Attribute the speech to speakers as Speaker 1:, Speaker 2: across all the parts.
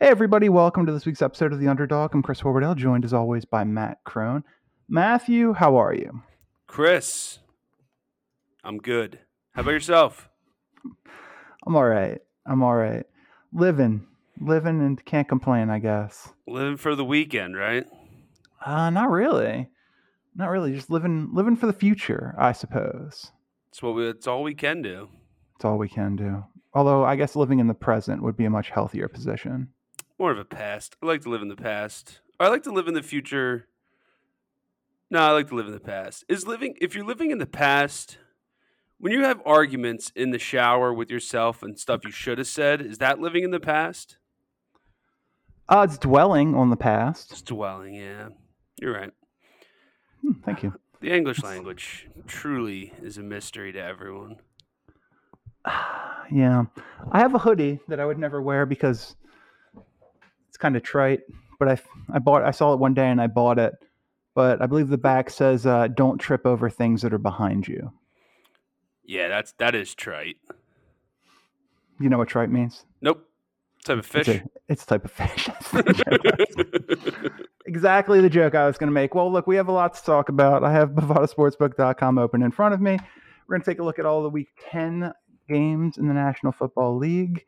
Speaker 1: Hey, everybody, welcome to this week's episode of The Underdog. I'm Chris Warbardell, joined as always by Matt Crone. Matthew, how are you?
Speaker 2: Chris, I'm good. How about yourself?
Speaker 1: I'm all right. I'm all right. Living, living, and can't complain, I guess.
Speaker 2: Living for the weekend, right?
Speaker 1: Uh, not really. Not really. Just living, living for the future, I suppose.
Speaker 2: It's what we. It's all we can do.
Speaker 1: It's all we can do. Although, I guess living in the present would be a much healthier position.
Speaker 2: More of a past. I like to live in the past. Or I like to live in the future. No, I like to live in the past. Is living if you're living in the past, when you have arguments in the shower with yourself and stuff you should have said, is that living in the past?
Speaker 1: Uh, it's dwelling on the past.
Speaker 2: It's dwelling. Yeah, you're right.
Speaker 1: Hmm, thank you.
Speaker 2: The English language truly is a mystery to everyone.
Speaker 1: Yeah. I have a hoodie that I would never wear because it's kind of trite, but I I bought I saw it one day and I bought it. But I believe the back says uh, don't trip over things that are behind you.
Speaker 2: Yeah, that's that is trite.
Speaker 1: You know what trite means?
Speaker 2: Nope. Type of
Speaker 1: It's
Speaker 2: fish.
Speaker 1: a- It's a type of fish. That's the joke I was- exactly the joke I was going to make. Well, look, we have a lot to talk about. I have BovadaSportsbook.com open in front of me. We're going to take a look at all the Week 10 games in the National Football League,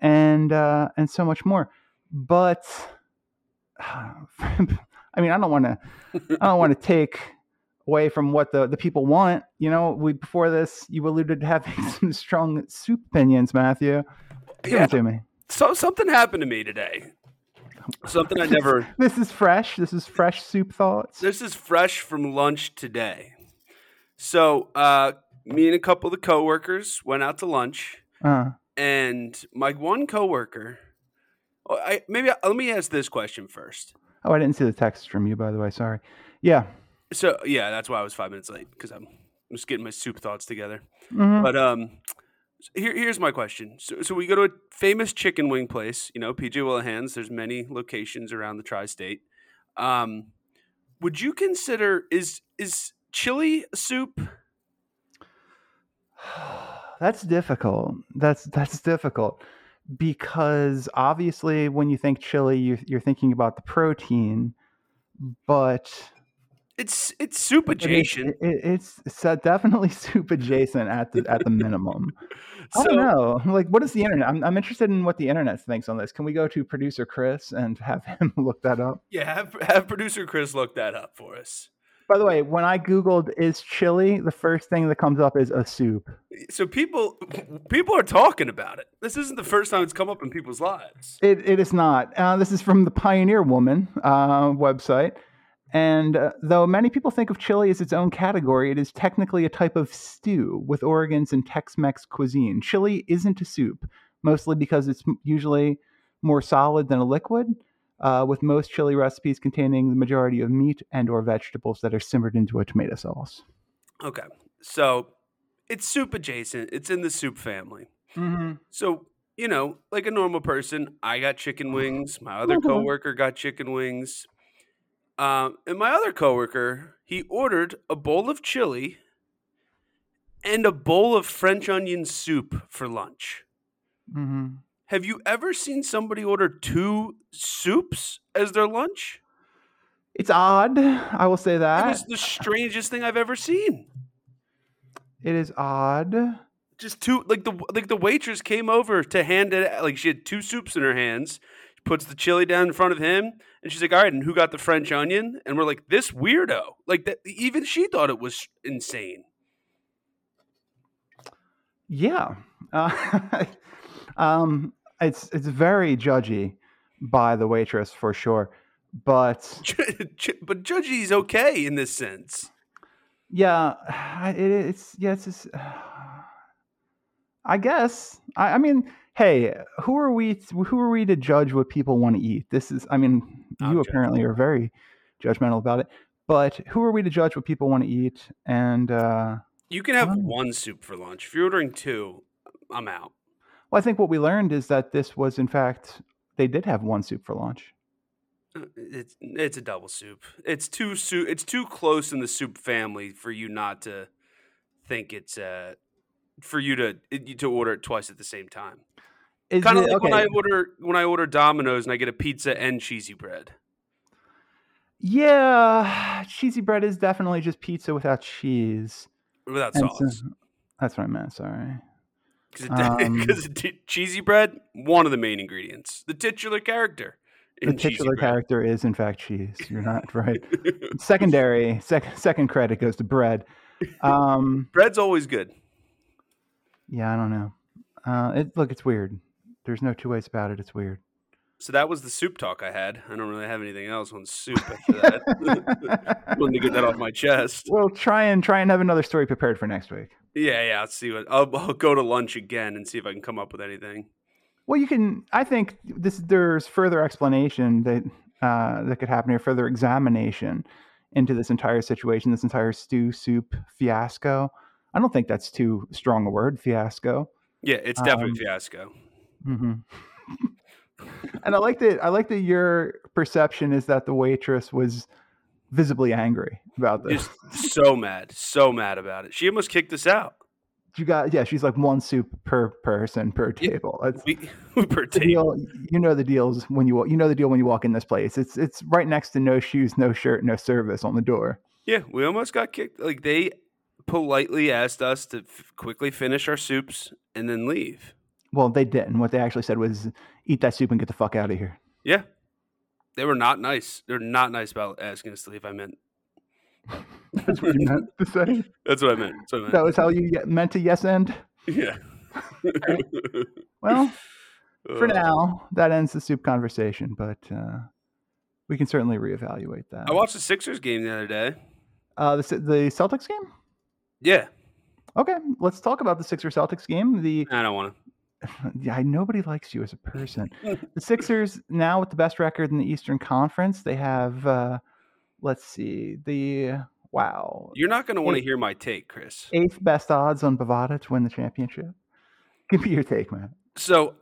Speaker 1: and uh, and so much more. But I mean, I don't want to. I don't want to take away from what the the people want. You know, we before this, you alluded to having some strong soup opinions, Matthew. Give
Speaker 2: Yeah.
Speaker 1: them to me.
Speaker 2: so something happened to me today. Something I never.
Speaker 1: This is fresh. This is fresh soup thoughts.
Speaker 2: This is fresh from lunch today. So uh, me and a couple of the coworkers went out to lunch,
Speaker 1: Uh,
Speaker 2: and my one coworker. Oh, I, maybe I, let me ask this question first.
Speaker 1: oh, I didn't see the text from you, by the way. Sorry. Yeah.
Speaker 2: So yeah, that's why I was five minutes late because I'm I'm just getting my soup thoughts together.
Speaker 1: Mhm.
Speaker 2: But um, here here's my question. So so we go to a famous chicken wing place. You know, PJ Willihan's. There's many locations around the tri-state. Um, would you consider is is chili a soup?
Speaker 1: That's difficult. That's that's difficult because obviously when you think chili, you, you're thinking about the protein, but
Speaker 2: It's it's soup
Speaker 1: but it-
Speaker 2: adjacent.
Speaker 1: it- it's, it's definitely soup adjacent at the at the minimum. I
Speaker 2: So
Speaker 1: don't know. Like, what is the internet? I'm, I'm interested in what the internet thinks on this. Can we go to producer Chris and have him look that up?
Speaker 2: yeah, have have producer Chris look that up for us.
Speaker 1: By the way, when I Googled is chili, the first thing that comes up is a soup.
Speaker 2: So people people are talking about it. This isn't the first time it's come up in people's lives.
Speaker 1: It, it is not. Uh, this is from the Pioneer Woman uh, website. And uh, though many people think of chili as its own category, it is technically a type of stew with origins in Tex Mex cuisine. Chili isn't a soup, mostly because it's m- usually more solid than a liquid. Uh, with most chili recipes containing the majority of meat and or vegetables that are simmered into a tomato sauce.
Speaker 2: Okay. So it's soup adjacent. It's in the soup family.
Speaker 1: Mm-hmm.
Speaker 2: So, you know, like a normal person, I got chicken wings. My other
Speaker 1: Mhm.
Speaker 2: coworker got chicken wings. Um, and my other coworker, he ordered a bowl of chili and a bowl of French onion soup for lunch.
Speaker 1: Mm-hmm.
Speaker 2: Have you ever seen somebody order two soups as their lunch?
Speaker 1: It's odd. I will say
Speaker 2: It
Speaker 1: that
Speaker 2: was the strangest thing I've ever seen.
Speaker 1: it is odd.
Speaker 2: just two like the like the waitress came over to hand it like she had two soups in her hands she puts the chili down in front of him and she's like all right and who got the french onion and we're like this weirdo like that even she thought it was insane
Speaker 1: Yeah. Uh, um, it's it's very judgy by the waitress for sure. But
Speaker 2: Ju- ju- but judgy's okay in this sense
Speaker 1: yeah, it, it's yeah, it's just, I guess. I, I mean, hey, who are we? Who are we to judge what people want to eat? This is. I mean,
Speaker 2: I'm
Speaker 1: you
Speaker 2: judging.
Speaker 1: apparently are very judgmental about it. But who are we to judge what people want to eat? And uh,
Speaker 2: You can have
Speaker 1: Oh.
Speaker 2: one soup for lunch. If you're ordering two, I'm out.
Speaker 1: well, I think what we learned is that this was, in fact, they did have one soup for lunch.
Speaker 2: Uh, It's it's a double soup. It's too soup. It's too close in the soup family for you not to think it's uh for you to it- to order it twice at the same time.
Speaker 1: Is
Speaker 2: Kind of
Speaker 1: it-
Speaker 2: like when I order when I order Domino's and I get a pizza and cheesy bread.
Speaker 1: yeah, cheesy bread is definitely just pizza without cheese.
Speaker 2: without
Speaker 1: And
Speaker 2: sauce
Speaker 1: so- that's what I meant. Sorry.
Speaker 2: because
Speaker 1: um,
Speaker 2: cheesy bread one of the main ingredients the titular character in
Speaker 1: The
Speaker 2: cheesy
Speaker 1: titular
Speaker 2: bread.
Speaker 1: character is, in fact, cheese. You're not right. Secondary, sec- second credit goes to bread. Um,
Speaker 2: bread's always good
Speaker 1: yeah, I don't know. Uh, it, look, it's weird. There's no two ways about it. It's weird.
Speaker 2: so that was the soup talk i had i don't really have anything else on soup after that wanted to get that off my chest
Speaker 1: Well, try and try and have another story prepared for next week.
Speaker 2: yeah yeah i'll see what I'll, I'll go to lunch again and see if i can come up with anything
Speaker 1: Well, you can. I think this there's further explanation that uh, that could happen here, further examination into this entire situation, this entire stew soup fiasco. I don't think that's too strong a word, fiasco.
Speaker 2: yeah it's definitely
Speaker 1: Um,
Speaker 2: fiasco
Speaker 1: hmm and I like that. I like that your perception is that the waitress was visibly angry about this.
Speaker 2: just so mad so mad about it she almost kicked us out
Speaker 1: you got yeah. She's like one soup per person per
Speaker 2: Yeah.
Speaker 1: table. That's
Speaker 2: we, we per
Speaker 1: the
Speaker 2: table.
Speaker 1: deal. You know the deals when you wa- you know the deal when you walk in this place. It's it's right next to no shoes, no shirt, no service on the door.
Speaker 2: Yeah, we almost got kicked. Like they politely asked us to f- quickly finish our soups and then leave.
Speaker 1: Well, they didn't. What they actually said was, "Eat that soup and get the fuck out of here."
Speaker 2: Yeah, they were not nice. They're not nice about asking us to leave. I meant
Speaker 1: That's what you meant to say.
Speaker 2: that's what I meant. That's what I meant.
Speaker 1: That was how you ye- meant to yes end.
Speaker 2: Yeah.
Speaker 1: Well, for
Speaker 2: Uh,
Speaker 1: now, that ends the soup conversation, but uh, we can certainly reevaluate that.
Speaker 2: I watched the Sixers game the other day.
Speaker 1: Uh, the, Ce- the Celtics game.
Speaker 2: Yeah,
Speaker 1: Okay, let's talk about the Sixers Celtics game. The
Speaker 2: I don't want
Speaker 1: yeah, nobody likes you as a person. the Sixers now with the best record in the Eastern Conference. They have, uh, let's see, the wow
Speaker 2: to. You're not going to want to
Speaker 1: Hey.
Speaker 2: hear my take, Chris.
Speaker 1: eighth best odds on Bovada to win the championship. Give me your take, man.
Speaker 2: So,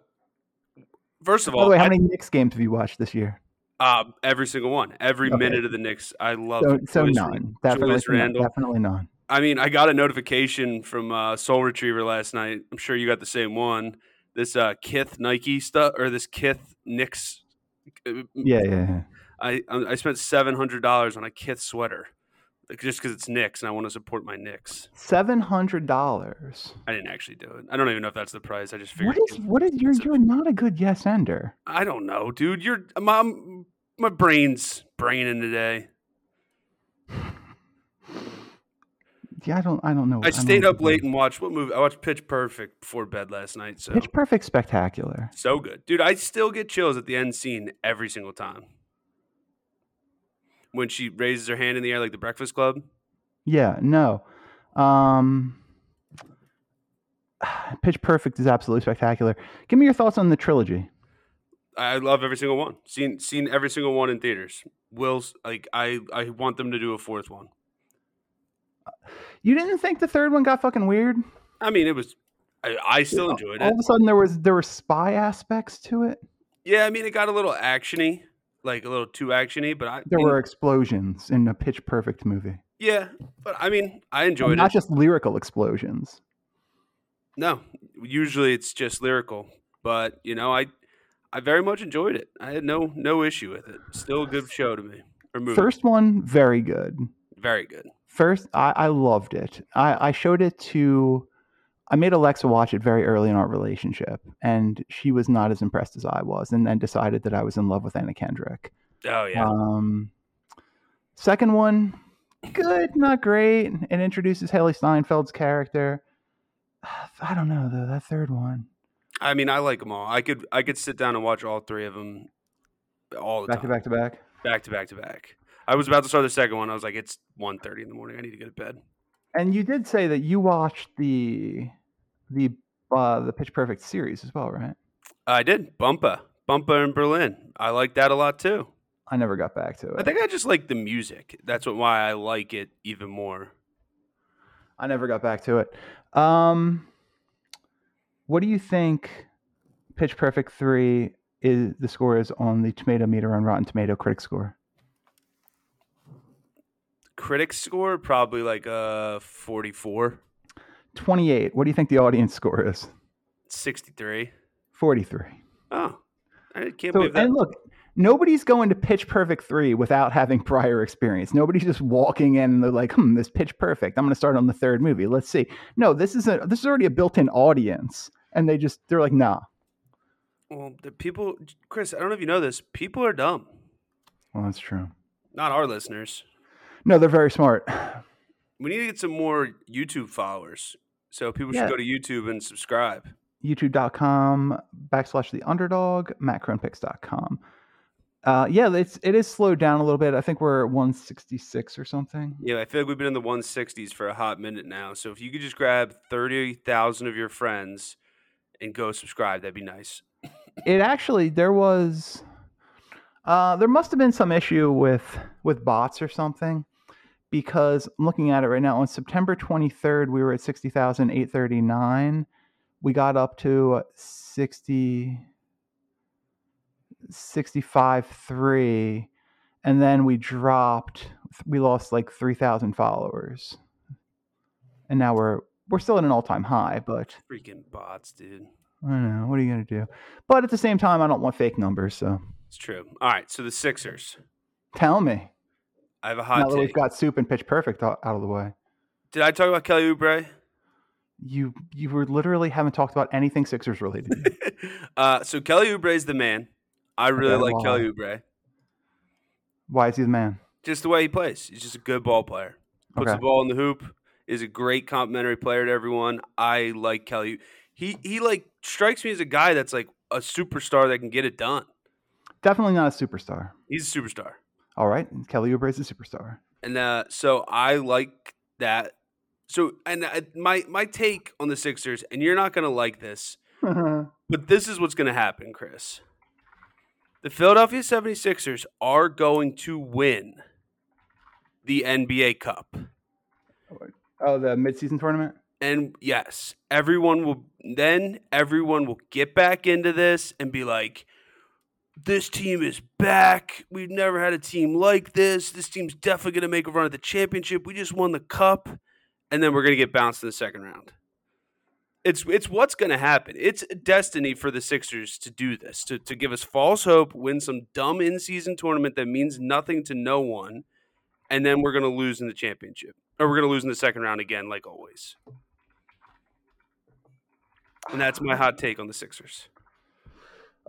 Speaker 2: first of
Speaker 1: By the
Speaker 2: all,
Speaker 1: way, how
Speaker 2: I-
Speaker 1: many Knicks games have you watched this year?
Speaker 2: uh, every single one, every
Speaker 1: Okay.
Speaker 2: minute of the Knicks, I love.
Speaker 1: So,
Speaker 2: it.
Speaker 1: so
Speaker 2: Julius-
Speaker 1: none. Definitely,
Speaker 2: Julius
Speaker 1: none.
Speaker 2: Randle.
Speaker 1: definitely none.
Speaker 2: I mean, I got a notification from uh, Soul Retriever last night. I'm sure you got the same one. This uh, Kith Nike stuff or this Kith Knicks. Mm.
Speaker 1: Yeah, yeah, yeah.
Speaker 2: I I I spent seven hundred dollars on a Kith sweater, like, just because it's Knicks and I want to support my Knicks.
Speaker 1: Seven hundred dollars.
Speaker 2: I didn't actually do it. I don't even know if that's the price. I just figured.
Speaker 1: What is? What is? You're
Speaker 2: expensive.
Speaker 1: you're not a good yes ender.
Speaker 2: I don't know, dude. You're my my brain's braining today.
Speaker 1: Yeah, I don't. Oh, I don't know.
Speaker 2: I
Speaker 1: don't
Speaker 2: stayed
Speaker 1: know
Speaker 2: up
Speaker 1: what to
Speaker 2: late
Speaker 1: do.
Speaker 2: and watched what movie? I watched Pitch Perfect before bed last night. So
Speaker 1: Pitch Perfect, spectacular.
Speaker 2: So good. Dude, I still get chills at the end scene every single time. When she raises her hand in the air like the Breakfast Club.
Speaker 1: Yeah. No. Um. Pitch Perfect is absolutely spectacular. Give me your thoughts on the trilogy.
Speaker 2: I love every single one. Seen seen every single one in theaters. Will's like I I want them to do a fourth one.
Speaker 1: You didn't think the third one got fucking weird?
Speaker 2: I mean, it was I, I still enjoyed
Speaker 1: All
Speaker 2: it.
Speaker 1: of a sudden, there was there were spy aspects to it.
Speaker 2: Yeah, I mean, it got a little actiony, like a little too actiony, but I
Speaker 1: There
Speaker 2: mean,
Speaker 1: were explosions in a Pitch Perfect movie,
Speaker 2: yeah, but I mean, I
Speaker 1: And
Speaker 2: enjoyed
Speaker 1: not
Speaker 2: it.
Speaker 1: just lyrical explosions.
Speaker 2: No, usually it's just lyrical, but you know, I I very much enjoyed it. I had no no issue with it. Still a good show to me or movie.
Speaker 1: First one, very good.
Speaker 2: very good.
Speaker 1: First, I, I loved it. I, I showed it to, I made Alexa watch it very early in our relationship, and she was not as impressed as I was, and then decided that I was in love with Anna Kendrick.
Speaker 2: Oh yeah,
Speaker 1: Um, second one, good, not great. It introduces Haley Steinfeld's character. I don't know though. That third one,
Speaker 2: I mean, I like them all. I could I could sit down and watch all three of them all the
Speaker 1: back to
Speaker 2: time,
Speaker 1: back to back.
Speaker 2: back to back to back. I was about to start the second one. I was like, it's 1.30 in the morning. I need to get to bed.
Speaker 1: And you did say that you watched the the uh, the Pitch Perfect series as well, right?
Speaker 2: I did Bumpa, Bumpa in Berlin. I like that a lot too.
Speaker 1: I never got back to it.
Speaker 2: I think I just like the music. That's what why I like it even more.
Speaker 1: I never got back to it. Um, what do you think Pitch Perfect three is? The score is on the Tomato Meter on Rotten Tomato critic score.
Speaker 2: Critics score probably like a forty-four,
Speaker 1: 28. What do you think the audience score is?
Speaker 2: sixty-three.
Speaker 1: 43.
Speaker 2: Oh, I
Speaker 1: So,
Speaker 2: can't believe that.
Speaker 1: and look, nobody's going to Pitch Perfect 3 without having prior experience. Nobody's just walking in and they're like, hmm, this Pitch Perfect. I'm going to start on the third movie. Let's see. No, this is a this is already a built-in audience. And they just they're like, nah.
Speaker 2: well, the people, Chris, I don't know if you know this. People are dumb.
Speaker 1: Well, that's true.
Speaker 2: Not our listeners.
Speaker 1: No, they're very smart.
Speaker 2: We need to get some more YouTube followers. So people
Speaker 1: Yeah.
Speaker 2: should go to YouTube and subscribe.
Speaker 1: YouTube.com backslash the underdog, macronpicks.com. Uh, yeah, it's it is slowed down a little bit. I think we're at 166 or something.
Speaker 2: Yeah, I feel like we've been in the 160s for a hot minute now. So if you could just grab 30,000 of your friends and go subscribe, that'd be nice.
Speaker 1: it actually there was uh, there must have been some issue with with bots or something because I'm looking at it right now on September 23rd we were at 60,839 we got up to uh, 60 65.3 and then we dropped we lost like 3,000 followers and now we're we're still at an all-time high but
Speaker 2: Freaking bots, dude.
Speaker 1: I don't know. What are you gonna do? But at the same time, I don't want fake numbers. So
Speaker 2: It's true. All right, so the Sixers.
Speaker 1: tell me.
Speaker 2: I have a
Speaker 1: Now
Speaker 2: hot
Speaker 1: that we've
Speaker 2: take.
Speaker 1: got soup and pitch perfect out, out of the way,
Speaker 2: Did I talk about Kelly Oubre?
Speaker 1: you you were literally haven't talked about anything Sixers related.
Speaker 2: uh, so Kelly Oubre is the man. I really
Speaker 1: Okay,
Speaker 2: like Kelly Oubre.
Speaker 1: Why is he the man?
Speaker 2: Just the way he plays. He's just a good ball player. Puts
Speaker 1: Okay.
Speaker 2: the ball in the hoop. Is a great complimentary player to everyone. I like Kelly. He he like strikes me as a guy that's like a superstar that can get it done.
Speaker 1: Definitely not a superstar.
Speaker 2: He's a superstar.
Speaker 1: All right, Kelly Oubre is a superstar.
Speaker 2: And uh, so I like that. So and I, my my take on the Sixers, and you're not gonna like this,
Speaker 1: Oh,
Speaker 2: but this is what's gonna happen, Chris. The Philadelphia 76ers are going to win the NBA Cup.
Speaker 1: oh, the midseason tournament.
Speaker 2: And yes, everyone will then everyone will get back into this and be like, this team is back. We've never had a team like this. This team's definitely gonna make a run at the championship. We just won the cup. And then we're gonna get bounced in the second round. It's it's what's gonna happen. It's destiny for the Sixers to do this, to, to give us false hope, win some dumb in season tournament that means nothing to no one, and then we're gonna lose in the championship. Or we're gonna lose in the second round again, like always. And that's my hot take on the Sixers.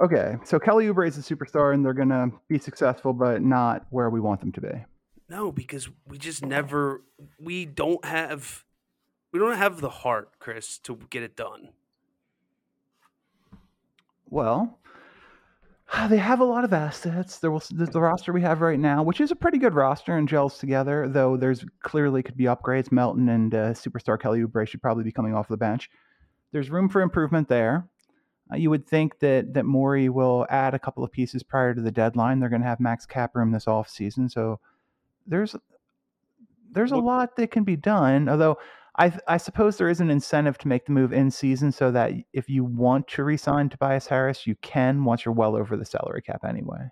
Speaker 1: Okay, so Kelly Oubre is a superstar, and they're gonna be successful, but not where we want them to be.
Speaker 2: No, because we just never we don't have we don't have the heart, Chris, to get it done.
Speaker 1: Well, they have a lot of assets. There will the, the roster we have right now, which is a pretty good roster and gels together. Though there's clearly could be upgrades. Melton and uh, superstar Kelly Oubre should probably be coming off the bench. There's room for improvement there. Uh, you would think that that Morey will add a couple of pieces prior to the deadline. They're going to have max cap room this offseason, so there's there's a
Speaker 2: What-
Speaker 1: lot that can be done. Although I th- I suppose there is an incentive to make the move in season, so that if you want to re-sign Tobias Harris, you can once you're well over the salary cap anyway.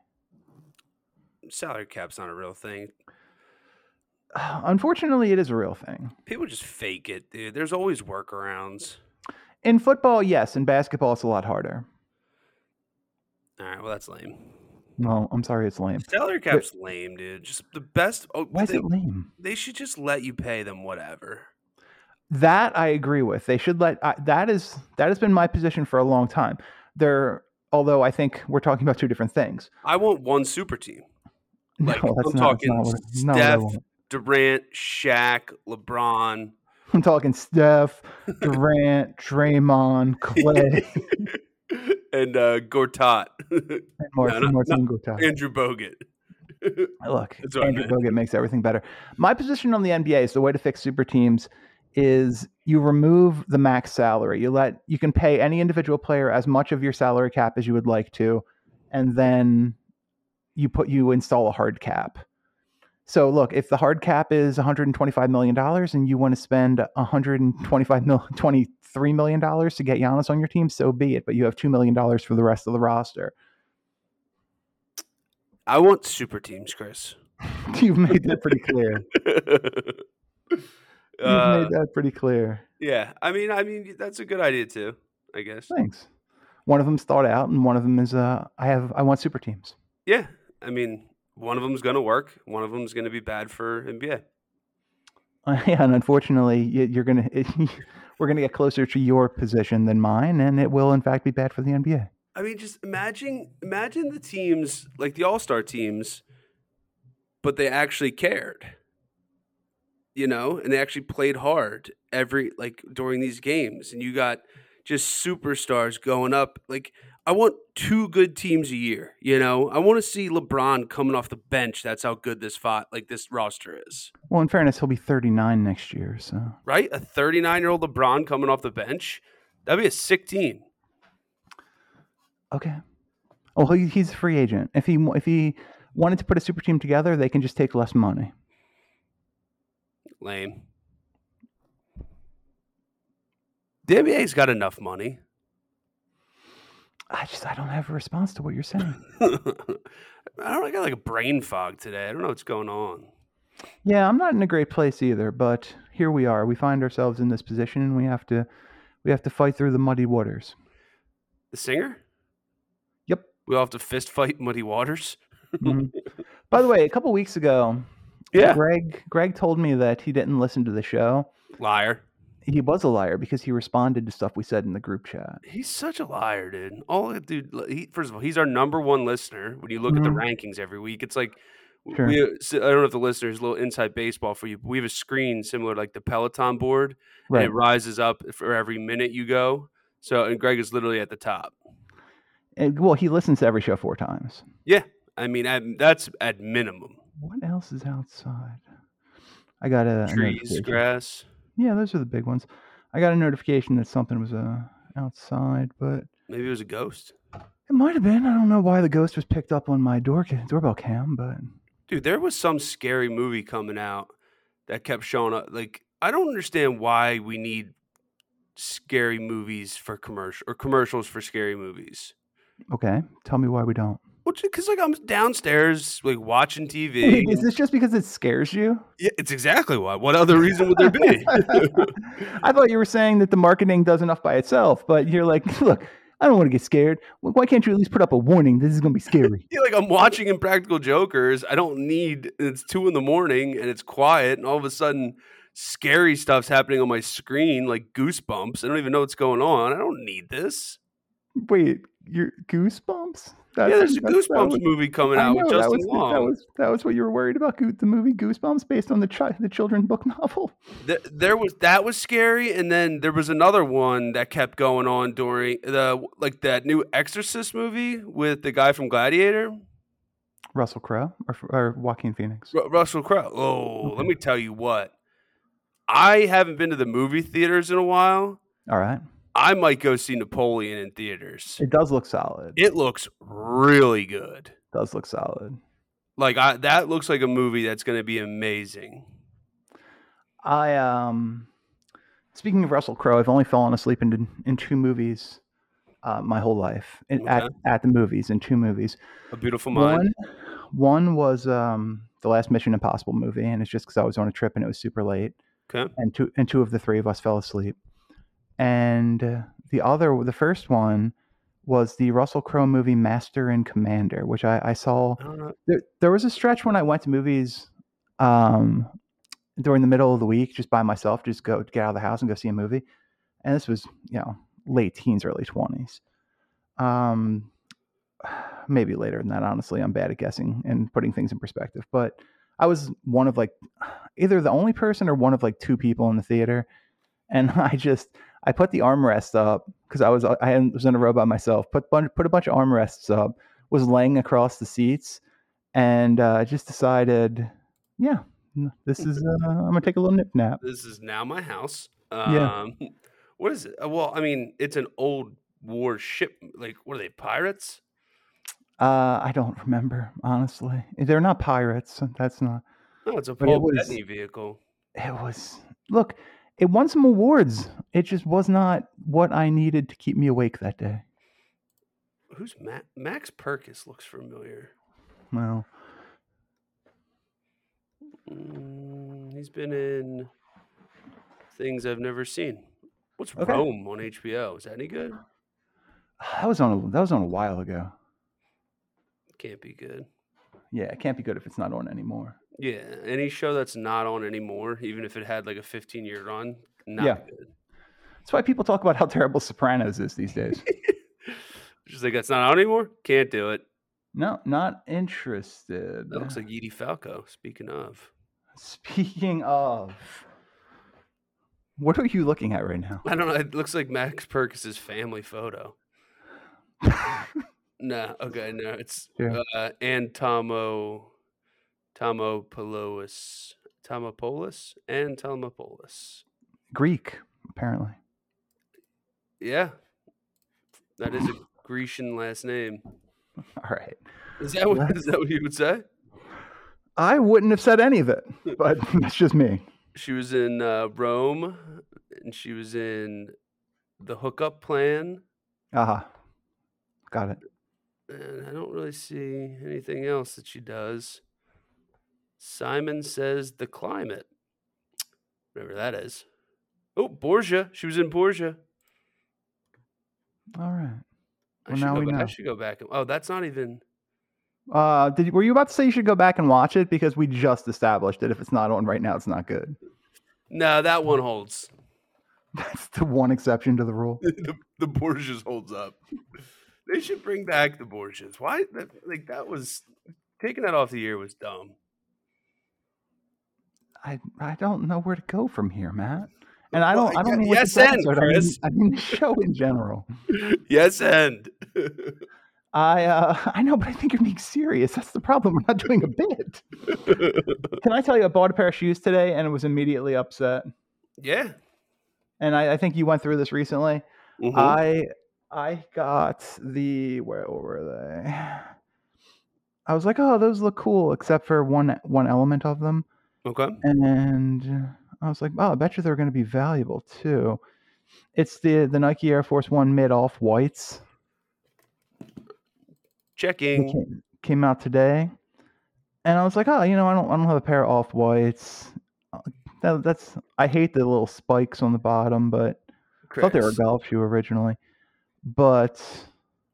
Speaker 2: Salary cap's not a real thing.
Speaker 1: Unfortunately, it is a real thing.
Speaker 2: People just fake it, dude. There's always workarounds.
Speaker 1: In football, yes. In basketball, it's a lot harder.
Speaker 2: All right, well that's lame.
Speaker 1: No, I'm sorry, it's lame.
Speaker 2: Salary cap's lame, dude. Just the best. Oh,
Speaker 1: Why is
Speaker 2: they,
Speaker 1: it lame?
Speaker 2: they should just let you pay them whatever.
Speaker 1: That I agree with. They should let I, that is that has been my position for a long time. There, although I think we're talking about two different things.
Speaker 2: I want one super team. Like,
Speaker 1: no, that's
Speaker 2: I'm
Speaker 1: not, that's
Speaker 2: talking
Speaker 1: not what, I- not what I
Speaker 2: Steph,
Speaker 1: want.
Speaker 2: Durant, Shaq, LeBron.
Speaker 1: I'm talking Steph, Durant, Draymond, Clay,
Speaker 2: and uh, Gortat,
Speaker 1: and Martin,
Speaker 2: no, no.
Speaker 1: Martin Gortat.
Speaker 2: Andrew Bogut.
Speaker 1: Look,
Speaker 2: That's what I
Speaker 1: Andrew
Speaker 2: meant.
Speaker 1: Bogut makes everything better. My position on the NBA is the way to fix super teams is you remove the max salary. You let you can pay any individual player as much of your salary cap as you would like to, and then you put you install a hard cap. So look, if the hard cap is 125 million dollars and you want to spend 125 mil, 23 million dollars to get Giannis on your team, so be it. But you have two million dollars for the rest of the roster.
Speaker 2: I want super teams, Chris.
Speaker 1: You've made that pretty clear. You've
Speaker 2: Uh,
Speaker 1: made that pretty clear.
Speaker 2: yeah, I mean, I mean, that's a good idea too. I guess.
Speaker 1: Thanks. One of them's thought out, and one of them is uh, I have I want super teams.
Speaker 2: Yeah, I mean, one of them's gonna work. One of them's gonna be bad for NBA.
Speaker 1: Yeah, and unfortunately, y- you're gonna we're gonna get closer to your position than mine, and it will in fact be bad for the NBA.
Speaker 2: I mean, just imagine, imagine the teams like the All Star teams, but they actually cared. You know, and they actually played hard every like during these games, and you got just superstars going up. Like, I want two good teams a year. You know, I want to see LeBron coming off the bench. That's how good this fought like this roster is.
Speaker 1: Well, in fairness, he'll be 39 next year, so
Speaker 2: Right, a 39 year old LeBron coming off the bench. That'd be a sick team.
Speaker 1: okay. Well, he, he's a free agent. If he wa- if he wanted to put a super team together, they can just take less money.
Speaker 2: Lame. The NBA's got enough money.
Speaker 1: I just I don't have a response to what you're saying.
Speaker 2: I don't know, I got like a brain fog today. I don't know what's going on.
Speaker 1: Yeah, I'm not in a great place either, but here we are. We find ourselves in this position, and we have to we have to fight through the muddy waters.
Speaker 2: The singer?
Speaker 1: Yep.
Speaker 2: We all have to fist fight Muddy Waters.
Speaker 1: Mhm. By the way, a couple weeks ago,
Speaker 2: Yeah.
Speaker 1: Greg Greg told me that he didn't listen to the show.
Speaker 2: Liar.
Speaker 1: He was a liar because he responded to stuff we said in the group chat.
Speaker 2: He's such a liar, dude. All that dude, li- he, first of all, he's our number one listener. When you look at the rankings every week, it's like w-
Speaker 1: Mm-hmm. Sure.
Speaker 2: we, so I don't know if the listeners a little inside baseball for you. But we have a screen similar to like the Peloton board,
Speaker 1: Right.
Speaker 2: and it rises up for every minute you go. So, and Greg is literally at the top.
Speaker 1: And- well, he listens to every show four times.
Speaker 2: Yeah, I mean at, that's at minimum.
Speaker 1: What else is outside? I got a, a
Speaker 2: Trees,
Speaker 1: notification.
Speaker 2: grass.
Speaker 1: yeah, those are the big ones. I got a notification that something was uh, outside, but
Speaker 2: Maybe it was a ghost,
Speaker 1: it might have been. I don't know why the ghost was picked up on my door ca- doorbell cam, but
Speaker 2: dude. There was some scary movie coming out that kept showing up. Like I don't understand why we need scary movies for commercial or commercials for scary movies.
Speaker 1: okay. Tell me why we don't.
Speaker 2: Which because like I'm downstairs like watching TV.
Speaker 1: Is this just because it scares you?
Speaker 2: yeah, it's exactly why. What other reason would there be?
Speaker 1: I thought you were saying that the marketing does enough by itself, but you're like, look, I don't want to get scared. Wh- Why can't you at least put up a warning? This is going to be scary.
Speaker 2: Yeah, like I'm watching Impractical Jokers. I don't need. It's two in the morning and it's quiet, and all of a sudden, scary stuff's happening on my screen, like goosebumps. I don't even know what's going on. I don't need this.
Speaker 1: Wait, your goosebumps? That's,
Speaker 2: yeah, there's a
Speaker 1: that's- that
Speaker 2: Goosebumps
Speaker 1: was-
Speaker 2: movie coming
Speaker 1: I
Speaker 2: out
Speaker 1: know,
Speaker 2: with
Speaker 1: that
Speaker 2: Justin
Speaker 1: was,
Speaker 2: Long.
Speaker 1: That was, that was what you were worried about, Goo- the movie Goosebumps, based on the chi- the children book novel.
Speaker 2: Th- there was that was scary, and then there was another one that kept going on during the like that new Exorcist movie with the guy from Gladiator,
Speaker 1: Russell Crowe or, or Joaquin Phoenix.
Speaker 2: Ru- Russell Crowe. Oh, let me tell you what. I haven't been to the movie theaters in a while.
Speaker 1: All right.
Speaker 2: I might go see Napoleon in theaters.
Speaker 1: It does look solid. It
Speaker 2: It looks really good.
Speaker 1: does look solid.
Speaker 2: Like I, that looks like a movie that's going to be amazing.
Speaker 1: I um speaking of Russell Crowe, I've only fallen asleep in in two movies uh, my whole life. In, at, at the movies in two movies.
Speaker 2: A Beautiful Mind.
Speaker 1: One one was um the last Mission Impossible movie and it's just cuz I was on a trip and it was super late
Speaker 2: Okay.
Speaker 1: and two and two of the three of us fell asleep. And uh, the other the first one was the Russell Crowe movie Master and Commander, which I, I saw
Speaker 2: I don't know.
Speaker 1: there, there was a stretch when I went to movies um, during the middle of the week, just by myself, just go get out of the house and go see a movie. And this was, you know, late teens, early twenties, um, maybe later than that. Honestly, I'm bad at guessing and putting things in perspective. But I was one of like either the only person or one of like two people in the theater, and I just I put the armrest up because I was I was in a row by myself. Put bun- put a bunch of armrests up. Was laying across the seats and uh, just decided, yeah, N- This is uh, I'm gonna take a little nip nap.
Speaker 2: This is now my house.
Speaker 1: Yeah.
Speaker 2: Um, what is it? Uh, Well, I mean, it's an old war ship. Like, what are they? Pirates?
Speaker 1: Uh, I don't remember honestly. They're not pirates. so That's not.
Speaker 2: No, it's a
Speaker 1: But it
Speaker 2: Paul
Speaker 1: was-
Speaker 2: Bettany vehicle.
Speaker 1: It was. Look, it won some awards. It just was not what I needed to keep me awake that day.
Speaker 2: Who's Ma- Max Perkis? Looks familiar.
Speaker 1: Well,
Speaker 2: Mm, he's been in things I've never seen. What's
Speaker 1: Okay.
Speaker 2: Rome on HBO? Is that any good?
Speaker 1: that was on. A, that was on a while ago.
Speaker 2: Can't be good.
Speaker 1: Yeah, it can't be good if it's not on anymore.
Speaker 2: Yeah, any show that's not on anymore, even if it had like a 15 year run, not
Speaker 1: Yeah.
Speaker 2: good.
Speaker 1: That's why people talk about how terrible Sopranos is these days.
Speaker 2: Just like that's not on anymore. Can't do it.
Speaker 1: no, not interested.
Speaker 2: That looks like Edie Falco. Speaking of,
Speaker 1: Speaking of, what are you looking at right now?
Speaker 2: I don't know. It looks like Max Perkins' family photo. No, okay, no, it's
Speaker 1: Yeah.
Speaker 2: uh, and Tomo, Tomo Polois, Tomopolis, and Tomopolis.
Speaker 1: Greek, apparently.
Speaker 2: Yeah, that is a Grecian last name.
Speaker 1: All right.
Speaker 2: Is that what
Speaker 1: What?
Speaker 2: is that what you would say?
Speaker 1: I wouldn't have said any of it, but that's just me.
Speaker 2: She was in uh, Rome, and she was in the Hookup Plan.
Speaker 1: Aha. Uh-huh. Got it.
Speaker 2: And I don't really see anything else that she does. Simon says the climate. Whatever that is. Oh, Borgia. She was in Borgia.
Speaker 1: All right.
Speaker 2: I,
Speaker 1: Well,
Speaker 2: should,
Speaker 1: now
Speaker 2: go
Speaker 1: we
Speaker 2: ba- I
Speaker 1: know.
Speaker 2: should go back. and- Oh, that's not even.
Speaker 1: Uh, did you, were you about to say you should go back and watch it because we just established that if it's not on right now, it's not good.
Speaker 2: No, that one holds.
Speaker 1: That's the one exception to the rule.
Speaker 2: the, the Borgias holds up. They should bring back the Borgias. Why? That, like, that was. Taking that off the air was dumb.
Speaker 1: I I don't know where to go from here, Matt. And I
Speaker 2: Well,
Speaker 1: don't I don't
Speaker 2: ye-
Speaker 1: mean with
Speaker 2: yes
Speaker 1: this
Speaker 2: and,
Speaker 1: episode, I mean-
Speaker 2: Chris.
Speaker 1: I mean the show in general.
Speaker 2: Yes, and.
Speaker 1: I uh, I know, but I think you're being serious. That's the problem. We're not doing a bit. Can I tell you? I bought a pair of shoes today, and was immediately upset.
Speaker 2: yeah.
Speaker 1: And I, I think you went through this recently.
Speaker 2: Mhm.
Speaker 1: I I got the where were they? I was like, oh, those look cool, except for one one element of them.
Speaker 2: okay.
Speaker 1: and I was like, "Oh, I bet you they're going to be valuable too." It's the the Nike Air Force One mid off whites. They
Speaker 2: Checking.
Speaker 1: came, came out today, and I was like, "Oh, you know, I don't I don't have a pair of off whites." Uh, That, that's I hate the little spikes on the bottom, but I thought they were a
Speaker 2: Chris.
Speaker 1: golf shoe originally. But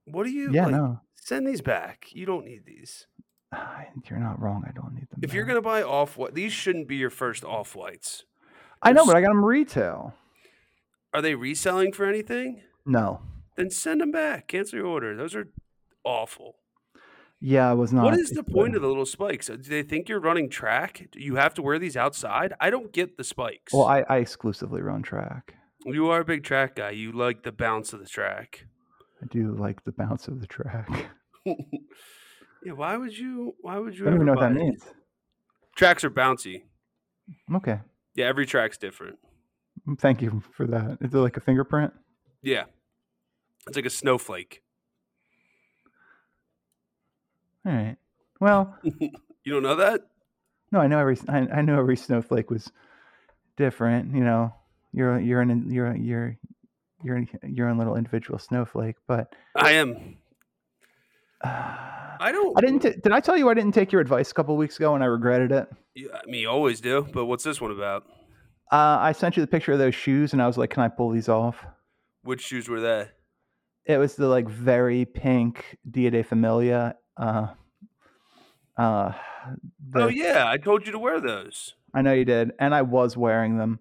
Speaker 2: What do you?
Speaker 1: yeah,
Speaker 2: like,
Speaker 1: no,
Speaker 2: Send these back. You don't need these.
Speaker 1: you're not wrong. I don't need them.
Speaker 2: If you're
Speaker 1: back.
Speaker 2: gonna buy off white, these shouldn't be your first off whites.
Speaker 1: I know, but I got them retail.
Speaker 2: Are they reselling for anything?
Speaker 1: No,
Speaker 2: Then send them back. Cancel your order. Those are awful.
Speaker 1: yeah, I was not.
Speaker 2: what is the point of the little spikes? Uh, Do they think you're running track? Do you have to wear these outside? I don't get the spikes.
Speaker 1: Well, I, I exclusively run track.
Speaker 2: you are a big track guy. You like the bounce of the track.
Speaker 1: I do like the bounce of the track.
Speaker 2: yeah. Why would you? Why would
Speaker 1: I
Speaker 2: you?
Speaker 1: don't even know
Speaker 2: ever
Speaker 1: what that
Speaker 2: buy these?
Speaker 1: means.
Speaker 2: Tracks are bouncy.
Speaker 1: Okay.
Speaker 2: Yeah, every track's different.
Speaker 1: Mm, Thank you for that. Is it like a fingerprint?
Speaker 2: Yeah, it's like a snowflake.
Speaker 1: All right. Well,
Speaker 2: You don't know that?
Speaker 1: no, I know every I, I know every snowflake was different. You know, you're you're an you're you're you're you're own little individual snowflake. But
Speaker 2: I am.
Speaker 1: uh,
Speaker 2: I don't.
Speaker 1: I didn't. T- did I tell you I didn't take your advice a couple weeks ago and I regretted it?
Speaker 2: Yeah, I mean, you always do. But what's this one about?
Speaker 1: Uh, I sent you the picture of those shoes and I was like, "Can I pull these off?"
Speaker 2: Which shoes were they?
Speaker 1: It was the like very pink Dia de Familia. Uh, uh, the,
Speaker 2: Oh yeah, I told you to wear those.
Speaker 1: I know you did, and I was wearing them.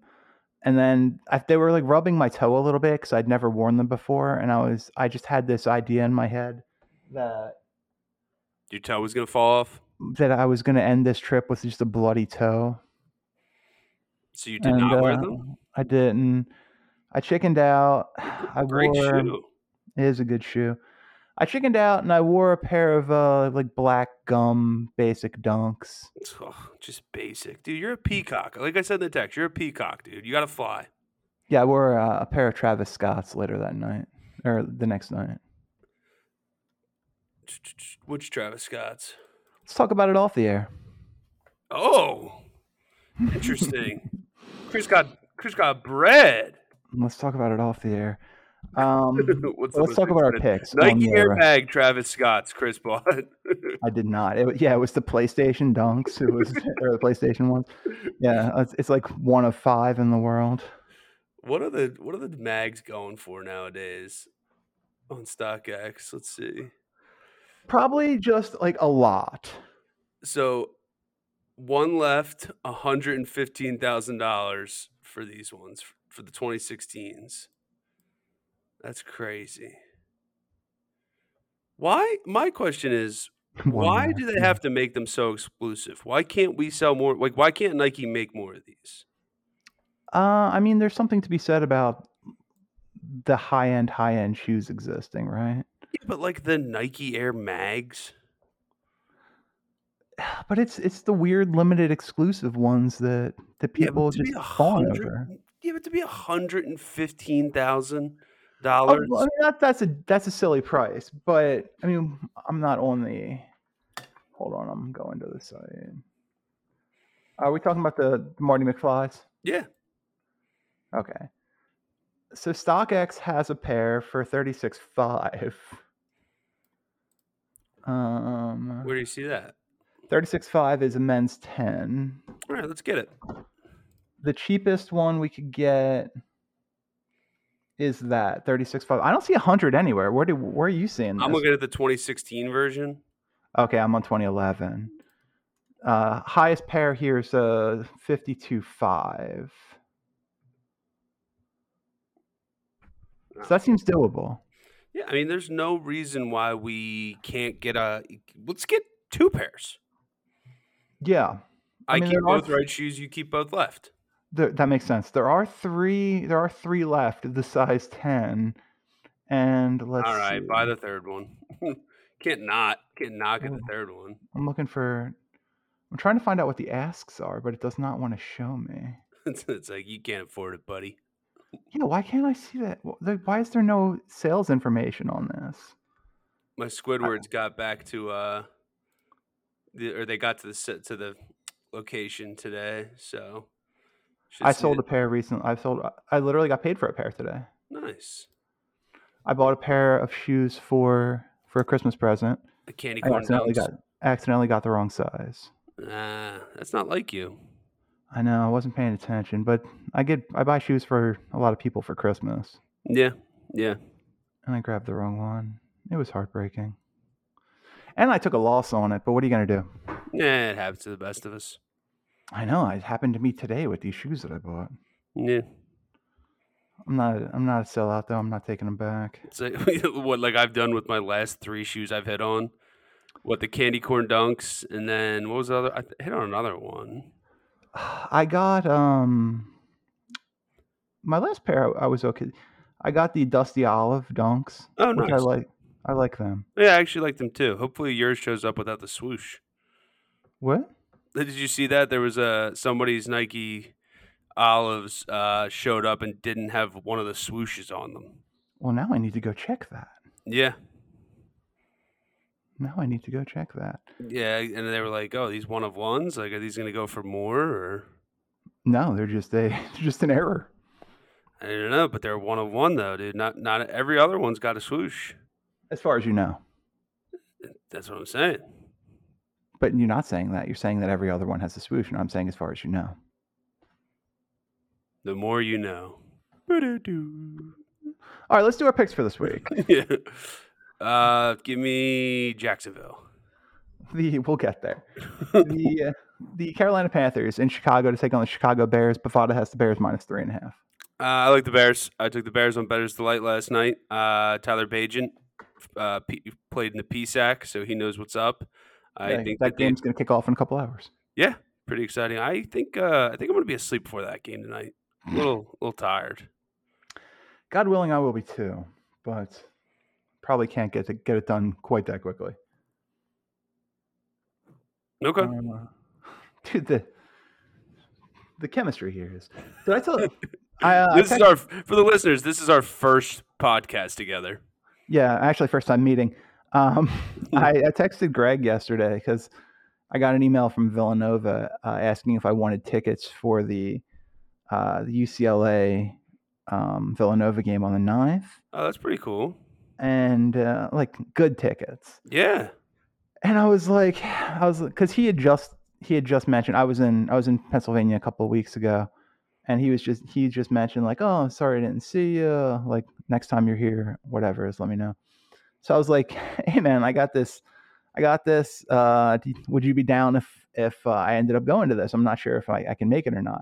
Speaker 1: And then I, they were like rubbing my toe a little bit because I'd never worn them before, and I was I just had this idea in my head that
Speaker 2: Your toe was gonna fall off,
Speaker 1: that I was going to end this trip with just a bloody toe. uh,
Speaker 2: so you did not wear them.
Speaker 1: I didn't. I chickened out. I
Speaker 2: Great
Speaker 1: wore. um,
Speaker 2: shoe.
Speaker 1: It is a good shoe. I chickened out and I wore a pair of uh, like black gum basic dunks.
Speaker 2: Oh, just basic, dude. You're a peacock. Like I said in the text, you're a peacock, dude. You gotta fly.
Speaker 1: Yeah, I wore uh, a pair of Travis Scotts later that night or the next night.
Speaker 2: Which Travis Scott's?
Speaker 1: Let's talk about it off the air.
Speaker 2: Oh, interesting. Chris got Chris got bread.
Speaker 1: Let's talk about it off the air. Um,
Speaker 2: What's
Speaker 1: let's
Speaker 2: up
Speaker 1: talk
Speaker 2: with
Speaker 1: about our
Speaker 2: this?
Speaker 1: picks. on
Speaker 2: Nike
Speaker 1: the air.
Speaker 2: airbag Travis Scott's Chris bought.
Speaker 1: I did not. It, wa- yeah, it was the PlayStation dunks. It was or the PlayStation ones. Yeah, it's, it's like one of five in the world.
Speaker 2: what are the what are the mags going for nowadays on StockX? Let's see.
Speaker 1: Probably just like a lot.
Speaker 2: So one left, hundred and fifteen thousand dollars for these ones f- for the 2016s. That's crazy. Why? My question is,
Speaker 1: One
Speaker 2: why
Speaker 1: left,
Speaker 2: do they
Speaker 1: yeah.
Speaker 2: have to make them so exclusive? Why can't we sell more? Like, why can't Nike make more of these?
Speaker 1: Uh, I mean, there's something to be said about the high end, high end shoes existing, right?
Speaker 2: Yeah, but like the Nike Air Mags.
Speaker 1: But it's it's the weird limited exclusive ones that that
Speaker 2: Yeah, but
Speaker 1: people
Speaker 2: to be
Speaker 1: just
Speaker 2: a
Speaker 1: fawn
Speaker 2: hundred-
Speaker 1: over.
Speaker 2: Yeah, but to be hundred and fifteen thousand
Speaker 1: Oh,
Speaker 2: dollars.
Speaker 1: well, I mean, that, that's a that's a silly price, but I mean, I'm not on the. Hold on, I'm going to the site. Are we talking about the, the Marty McFlys?
Speaker 2: Yeah,
Speaker 1: Okay. So StockX has a pair for thirty six five. Um,
Speaker 2: where do you see that?
Speaker 1: thirty six five is a men's ten.
Speaker 2: All right, let's get it.
Speaker 1: Oh, The cheapest one we could get is that thirty six five. I don't see a hundred anywhere. Where do where are you seeing? This?
Speaker 2: I'm looking at the 2016 version.
Speaker 1: Okay, I'm on 2011. Uh, highest pair here is uh, 52.5. So that seems doable.
Speaker 2: Yeah, I mean, there's no reason why we can't get a. e, Let's get two pairs.
Speaker 1: Yeah, I
Speaker 2: I,
Speaker 1: mean,
Speaker 2: keep
Speaker 1: there are
Speaker 2: both right shoes. You keep both left.
Speaker 1: th- that makes sense. There are three. There are three left of the size 10, and let's.
Speaker 2: All right,
Speaker 1: see. Oh.
Speaker 2: buy the third one. can't not can't knock at the third one.
Speaker 1: I'm looking for. I'm trying to find out what the asks are, but it does not want to show me.
Speaker 2: it's, it's like you can't afford it, buddy.
Speaker 1: Yeah, why can't I see that? Wh- the- Why is there no sales information on this?
Speaker 2: My Squidwards got back to uh, the, or they got to the set to the location today. So should
Speaker 1: I
Speaker 2: see
Speaker 1: sold
Speaker 2: the-
Speaker 1: a pair recently. I sold. I literally got paid for a pair today.
Speaker 2: nice
Speaker 1: I bought a pair of shoes for for a Christmas present.
Speaker 2: the candy
Speaker 1: I
Speaker 2: corn.
Speaker 1: accidentally
Speaker 2: dogs.
Speaker 1: got accidentally got the wrong size.
Speaker 2: Ah, that's not like you.
Speaker 1: I know I wasn't paying attention, but I get I buy shoes for a lot of people for Christmas,
Speaker 2: Yeah, yeah.
Speaker 1: and I grabbed the wrong one. It was heartbreaking, and I took a loss on it. But what are you gonna do?
Speaker 2: Yeah, it happens to the best of us.
Speaker 1: I know it happened to me today with these shoes that I bought.
Speaker 2: Yeah.
Speaker 1: I'm not I'm not a sellout though. I'm not taking them back.
Speaker 2: It's like what like I've done with my last three shoes I've hit on. What the candy corn dunks, and then what was the other? I th- hit on another one.
Speaker 1: I got um my last pair. I, I was okay. I got the Dusty Olive Dunks,
Speaker 2: Oh,
Speaker 1: which
Speaker 2: nice.
Speaker 1: I like. I like them.
Speaker 2: yeah, I actually like them too. Hopefully, yours shows up without the swoosh.
Speaker 1: What?
Speaker 2: Did you see that there was a somebody's Nike olives uh, showed up and didn't have one of the swooshes on them?
Speaker 1: Well, now I need to go check that.
Speaker 2: Yeah,
Speaker 1: Now I need to go check that.
Speaker 2: yeah. And they were like, "Oh, these one of ones. Like, are these gonna go for more?" Or
Speaker 1: No, they're just a they're just an error.
Speaker 2: I don't know, but they're one of one though, dude. Not not every other one's got a swoosh.
Speaker 1: As far as you know.
Speaker 2: That's what I'm saying.
Speaker 1: But you're not saying that. You're saying that every other one has a swoosh, and I'm saying as far as you know.
Speaker 2: The more you know.
Speaker 1: All right, let's do our picks for this week.
Speaker 2: uh, give me Jacksonville.
Speaker 1: the we'll get there. The uh, the Carolina Panthers in Chicago to take on the Chicago Bears. Bavada has the Bears minus three and a half.
Speaker 2: Uh, I like the Bears. I took the Bears on Better's Delight last night. Uh, Tyler Bajan uh, P- played in the PSAC, so he knows what's up. I
Speaker 1: Yeah,
Speaker 2: think
Speaker 1: that
Speaker 2: that they-
Speaker 1: game's going to kick off in a couple hours.
Speaker 2: yeah, pretty exciting. I think uh, I think I'm gonna be asleep before that game tonight. A little, little tired.
Speaker 1: God willing, I will be too, but probably can't get to get it done quite that quickly.
Speaker 2: Okay.
Speaker 1: Uh, dude, the the chemistry here is. Did I tell? I, uh, I
Speaker 2: this is
Speaker 1: text-
Speaker 2: our for the listeners. This is our first podcast together.
Speaker 1: yeah, actually, first time meeting. Um, I, I texted Greg yesterday because I got an email from Villanova uh, asking if I wanted tickets for the uh, the UCLA um, Villanova game on the 9th.
Speaker 2: Oh, that's pretty cool.
Speaker 1: and uh, like good tickets.
Speaker 2: Yeah.
Speaker 1: And I was like, I was because he had just he had just mentioned I was in I was in Pennsylvania a couple of weeks ago, and he was just he just mentioned like, oh, sorry I didn't see you. Like next time you're here, whatever, just let me know. So I was like, hey man, I got this, I got this. Uh, d- would you be down if if uh, I ended up going to this? I'm not sure if I, I can make it or not.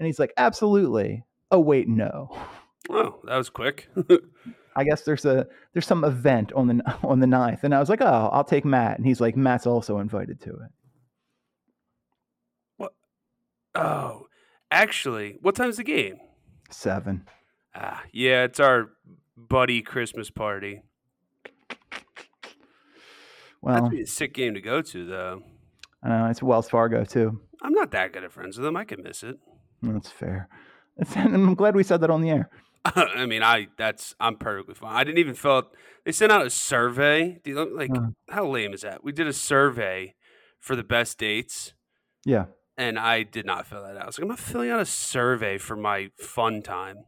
Speaker 1: And he's like, absolutely. Oh wait, no.
Speaker 2: Oh, that was quick.
Speaker 1: I guess there's a there's some event on the on the 9th. And I was like, oh, I'll take Matt. And he's like, Matt's also invited to it.
Speaker 2: oh, actually, what time's the game?
Speaker 1: Seven.
Speaker 2: Ah, yeah, it's our buddy Christmas party. That'd
Speaker 1: Well,
Speaker 2: be a sick game to go to, though.
Speaker 1: I know it's Wells Fargo too.
Speaker 2: I'm not that good at friends with them. I could miss it.
Speaker 1: That's fair. It's- and I'm glad we said that on the air.
Speaker 2: I mean, I that's I'm perfectly fine. I didn't even fill out. They sent out a survey. Do you know, like
Speaker 1: Mm.
Speaker 2: how lame is that? We did a survey for the best dates,
Speaker 1: Yeah.
Speaker 2: and I did not fill that out. I was like, I'm not filling out a survey for my fun time.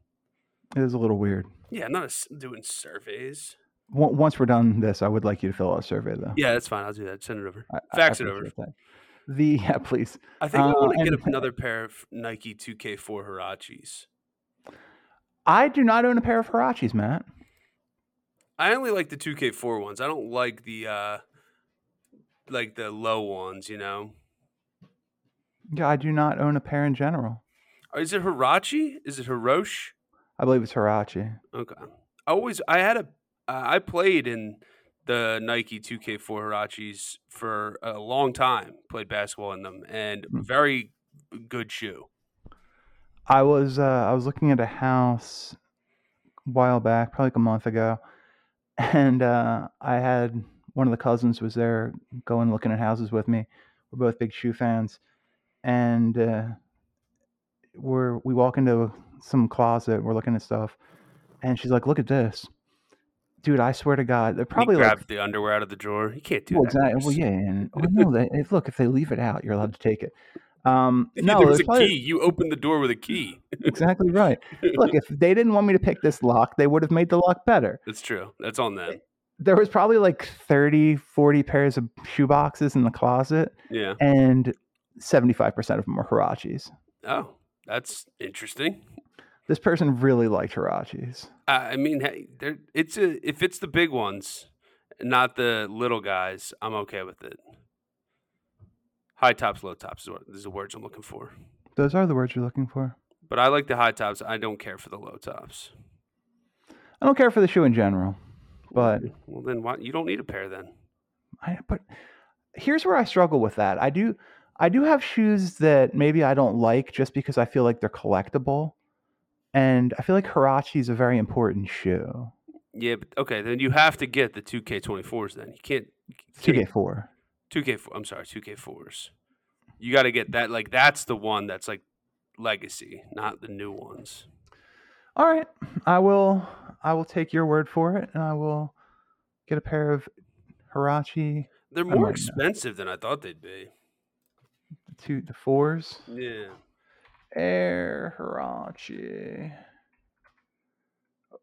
Speaker 1: It was a little weird.
Speaker 2: Yeah, I'm not a s doing surveys.
Speaker 1: O- once we're done this, I would like you to fill out a survey though.
Speaker 2: Yeah, that's fine. I'll do that. Send it over.
Speaker 1: I, I
Speaker 2: fax it over.
Speaker 1: appreciate that. The yeah, please.
Speaker 2: I think I
Speaker 1: Uh,
Speaker 2: want to get
Speaker 1: and-
Speaker 2: another pair of Nike 2K4 Hirachis.
Speaker 1: I do not own a pair of Hirachis, Matt.
Speaker 2: I only like the 2K4 ones. I don't like the uh like the low ones, you know.
Speaker 1: Yeah, I do not own a pair in general.
Speaker 2: Oh, Is it Hirachi? Is it Hirosh?
Speaker 1: I believe it's Hirachi.
Speaker 2: Okay. I always I had a uh, I played in the Nike 2K4 Hirachis for a long time. Played basketball in them and
Speaker 1: Hmm.
Speaker 2: very good shoe.
Speaker 1: I was uh, I was looking at a house a while back, probably like a month ago, and uh, I had one of the cousins was there going looking at houses with me. We're both big shoe fans, and uh, we're we walk into some closet. We're looking at stuff, and she's like, "Look at this, dude! I swear to God, they're probably
Speaker 2: he
Speaker 1: like."
Speaker 2: grabbed the underwear out of the drawer. You can't do
Speaker 1: Well,
Speaker 2: that.
Speaker 1: exactly. Well,
Speaker 2: Chris.
Speaker 1: yeah, and well, no, they, if, look, if they leave it out, you're allowed to take it. Um, no,
Speaker 2: there was
Speaker 1: it's
Speaker 2: a
Speaker 1: probably-
Speaker 2: key. You opened the door with a key.
Speaker 1: exactly right. Look, if they didn't want me to pick this lock, they would have made the lock better.
Speaker 2: That's true. That's on them.
Speaker 1: There was probably like 30, 40 pairs of shoe boxes in the closet,
Speaker 2: Yeah.
Speaker 1: and 75% of them were Hirachis.
Speaker 2: Oh, that's interesting.
Speaker 1: This person really liked Hirachis.
Speaker 2: I I mean, hey, there it's a, if it's the big ones, not the little guys, I'm okay with it. High tops, low tops is what is the words I'm looking for.
Speaker 1: Those are the words you're looking for.
Speaker 2: But I like the high tops. I don't care for the low tops.
Speaker 1: I don't care for the shoe in general, but
Speaker 2: Well, then why you don't need a pair then?
Speaker 1: I, but here's where I struggle with that. I do I do have shoes that maybe I don't like just because I feel like they're collectible. And I feel like Hirachi is a very important shoe.
Speaker 2: Yeah, but okay, then you have to get the 2K24s then. You can't you
Speaker 1: 2K4.
Speaker 2: can't- 2K4 I'm sorry, 2K4s. You got to get that like that's the one that's like legacy, not the new ones.
Speaker 1: All right. I will I will take your word for it and I will get a pair of Hirachi
Speaker 2: They're
Speaker 1: might
Speaker 2: more
Speaker 1: know.
Speaker 2: expensive than I thought they'd be.
Speaker 1: to the fours.
Speaker 2: Yeah.
Speaker 1: Air Hirachi.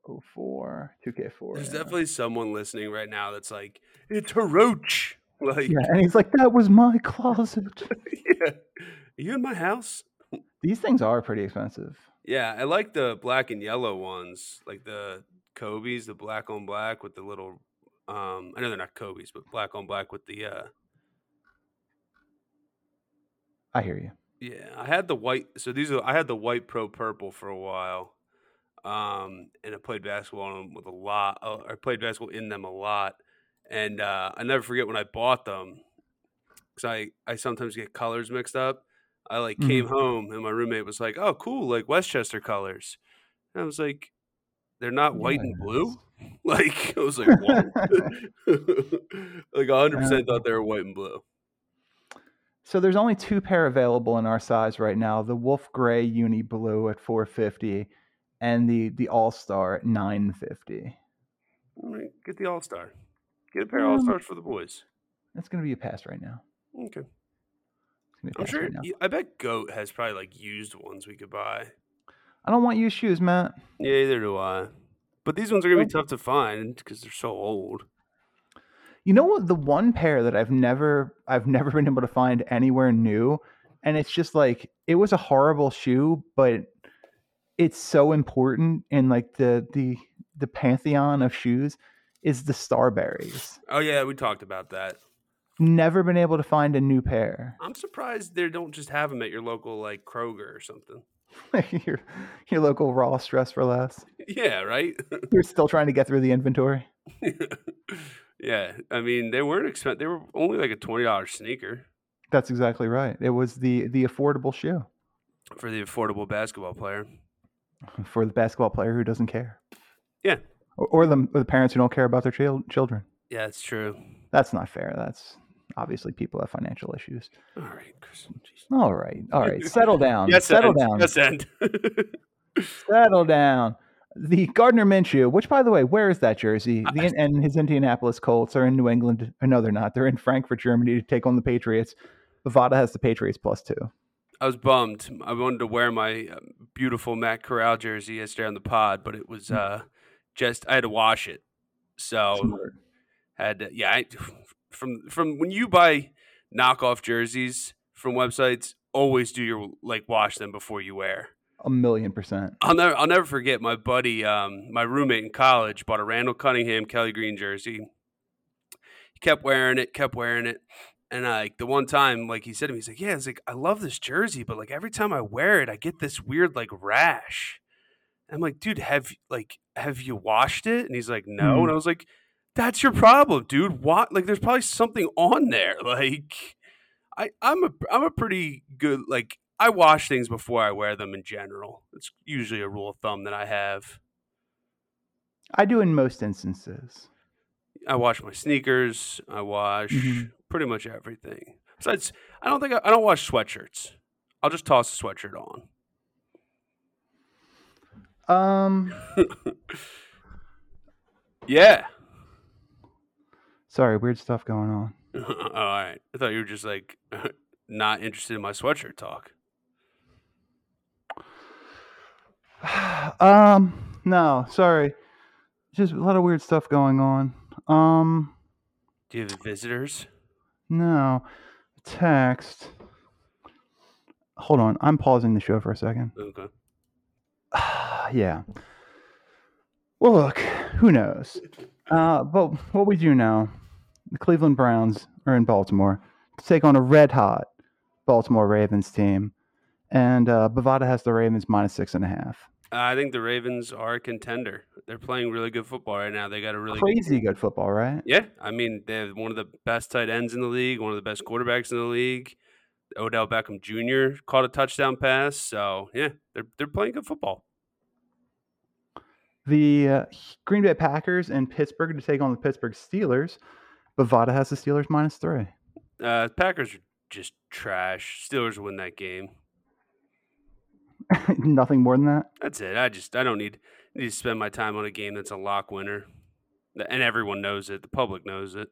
Speaker 1: Oh, 4 2K4.
Speaker 2: There's
Speaker 1: yeah.
Speaker 2: definitely someone listening right now that's like, it's a roach. Like,
Speaker 1: Yeah, and he's like, that was my closet.
Speaker 2: yeah. Are you in my house?
Speaker 1: These things are pretty expensive.
Speaker 2: Yeah, I like the black and yellow ones, like the Kobe's, the black on black with the little. Um, I know they're not Kobe's, but black on black with the. uh
Speaker 1: I hear you.
Speaker 2: Yeah, I had the white. So these are. I had the white pro purple for a while, um, and I played basketball on 'em with a lot. oh, I played basketball in them a lot, and uh, I never forget when I bought them because I I sometimes get colors mixed up. I like came home and my roommate was like, "Oh, cool, like Westchester colors," and I was like, They're not white and blue. Like I was like, what? like hundred percent thought they were white and blue.
Speaker 1: So there's only two pair available in our size right now: the Wolf Gray Uni Blue at 450, and the the All Star at 950.
Speaker 2: I mean, get the All Star. Get a pair
Speaker 1: Mm.
Speaker 2: of All Stars for the boys.
Speaker 1: That's going to be a pass right now.
Speaker 2: Okay,
Speaker 1: It's gonna be a
Speaker 2: I'm
Speaker 1: pass
Speaker 2: sure.
Speaker 1: right now.
Speaker 2: I bet Goat has probably like used ones we could buy.
Speaker 1: I don't want used shoes, Matt.
Speaker 2: Yeah, neither do I. But these ones are gonna be tough to find because they're so old.
Speaker 1: You know what? The one pair that I've never I've never been able to find anywhere new, and it's just like it was a horrible shoe, but it's so important in like the the the pantheon of shoes is the Starberries.
Speaker 2: Oh yeah, we talked about that.
Speaker 1: Never been able to find a new pair.
Speaker 2: I'm surprised they don't just have them at your local like Kroger or something.
Speaker 1: your your local Ross dress for less.
Speaker 2: Yeah, right.
Speaker 1: You're still trying to get through the inventory.
Speaker 2: yeah, I mean they weren't expensive. They were only like a twenty dollars sneaker
Speaker 1: That's exactly right. It was the the affordable shoe
Speaker 2: for the affordable basketball player.
Speaker 1: for the basketball player who doesn't care.
Speaker 2: Yeah.
Speaker 1: Or, or the or the parents who don't care about their chil- children.
Speaker 2: Yeah, it's true.
Speaker 1: That's not fair. That's obviously people have financial issues.
Speaker 2: All right, Chris. Jeez.
Speaker 1: All right. All right. Settle down.
Speaker 2: Yes,
Speaker 1: Um, Settle
Speaker 2: end.
Speaker 1: down.
Speaker 2: Yes, end.
Speaker 1: Settle down. The Gardner Minshew, which by the way, where is that jersey? The and his Indianapolis Colts are in New England. Or no, they're not. They're in Frankfurt, Germany to take on the Patriots. Bovada has the Patriots plus two.
Speaker 2: I was bummed. I wanted to wear my um, beautiful Matt Corral jersey yesterday on the pod, but it was uh, just I had to wash it. So
Speaker 1: Smart.
Speaker 2: had to, yeah, I, from from when you buy knockoff jerseys from websites, always do your like wash them before you wear.
Speaker 1: A million percent.
Speaker 2: I'll never I'll never forget my buddy, um, my roommate in college bought a Randall Cunningham Kelly Green jersey. He kept wearing it, kept wearing it. And uh, like the one time, like he said to me, he's like, Yeah, it's like I love this jersey, but like every time I wear it, I get this weird like rash. I'm like, dude, have like have you washed it? And he's like, No.
Speaker 1: Mhm.
Speaker 2: And I was like, That's your problem, dude. What like there's probably something on there. Like I, I'm a I'm a pretty good like I wash things before I wear them in general. It's usually a rule of thumb that I have.
Speaker 1: I do in most instances.
Speaker 2: I wash my sneakers. I wash
Speaker 1: Mhm.
Speaker 2: pretty much everything. Besides, I don't think I, I don't wash sweatshirts. I'll just toss a sweatshirt on.
Speaker 1: Um,
Speaker 2: Yeah.
Speaker 1: sorry, weird stuff going on.
Speaker 2: All right. I thought you were just like not interested in my sweatshirt talk.
Speaker 1: Um, no, sorry. Just a lot of weird stuff going on. Um,
Speaker 2: Do you have visitors?
Speaker 1: no. Text. Hold on, I'm pausing the show for a second.
Speaker 2: Okay.
Speaker 1: yeah. Well, look, who knows? Uh, but what we do know, the Cleveland Browns are in Baltimore to take on a red hot Baltimore Ravens team. And uh, Bovada has the Ravens minus six and a half.
Speaker 2: I think the Ravens are a contender. They're playing really good football right now. They got a really good
Speaker 1: Crazy good football, right?
Speaker 2: Yeah, I mean they have one of the best tight ends in the league, one of the best quarterbacks in the league. Odell Beckham Jr. caught a touchdown pass, so yeah, they're they're playing good football.
Speaker 1: The uh, Green Bay Packers and Pittsburgh to take on the Pittsburgh Steelers. Bovada has the Steelers minus three.
Speaker 2: Uh, Packers are just trash. Steelers win that game.
Speaker 1: Nothing more than that.
Speaker 2: That's it. I just I don't need need to spend my time on a game that's a lock winner, Th- and everyone knows it. The public knows it.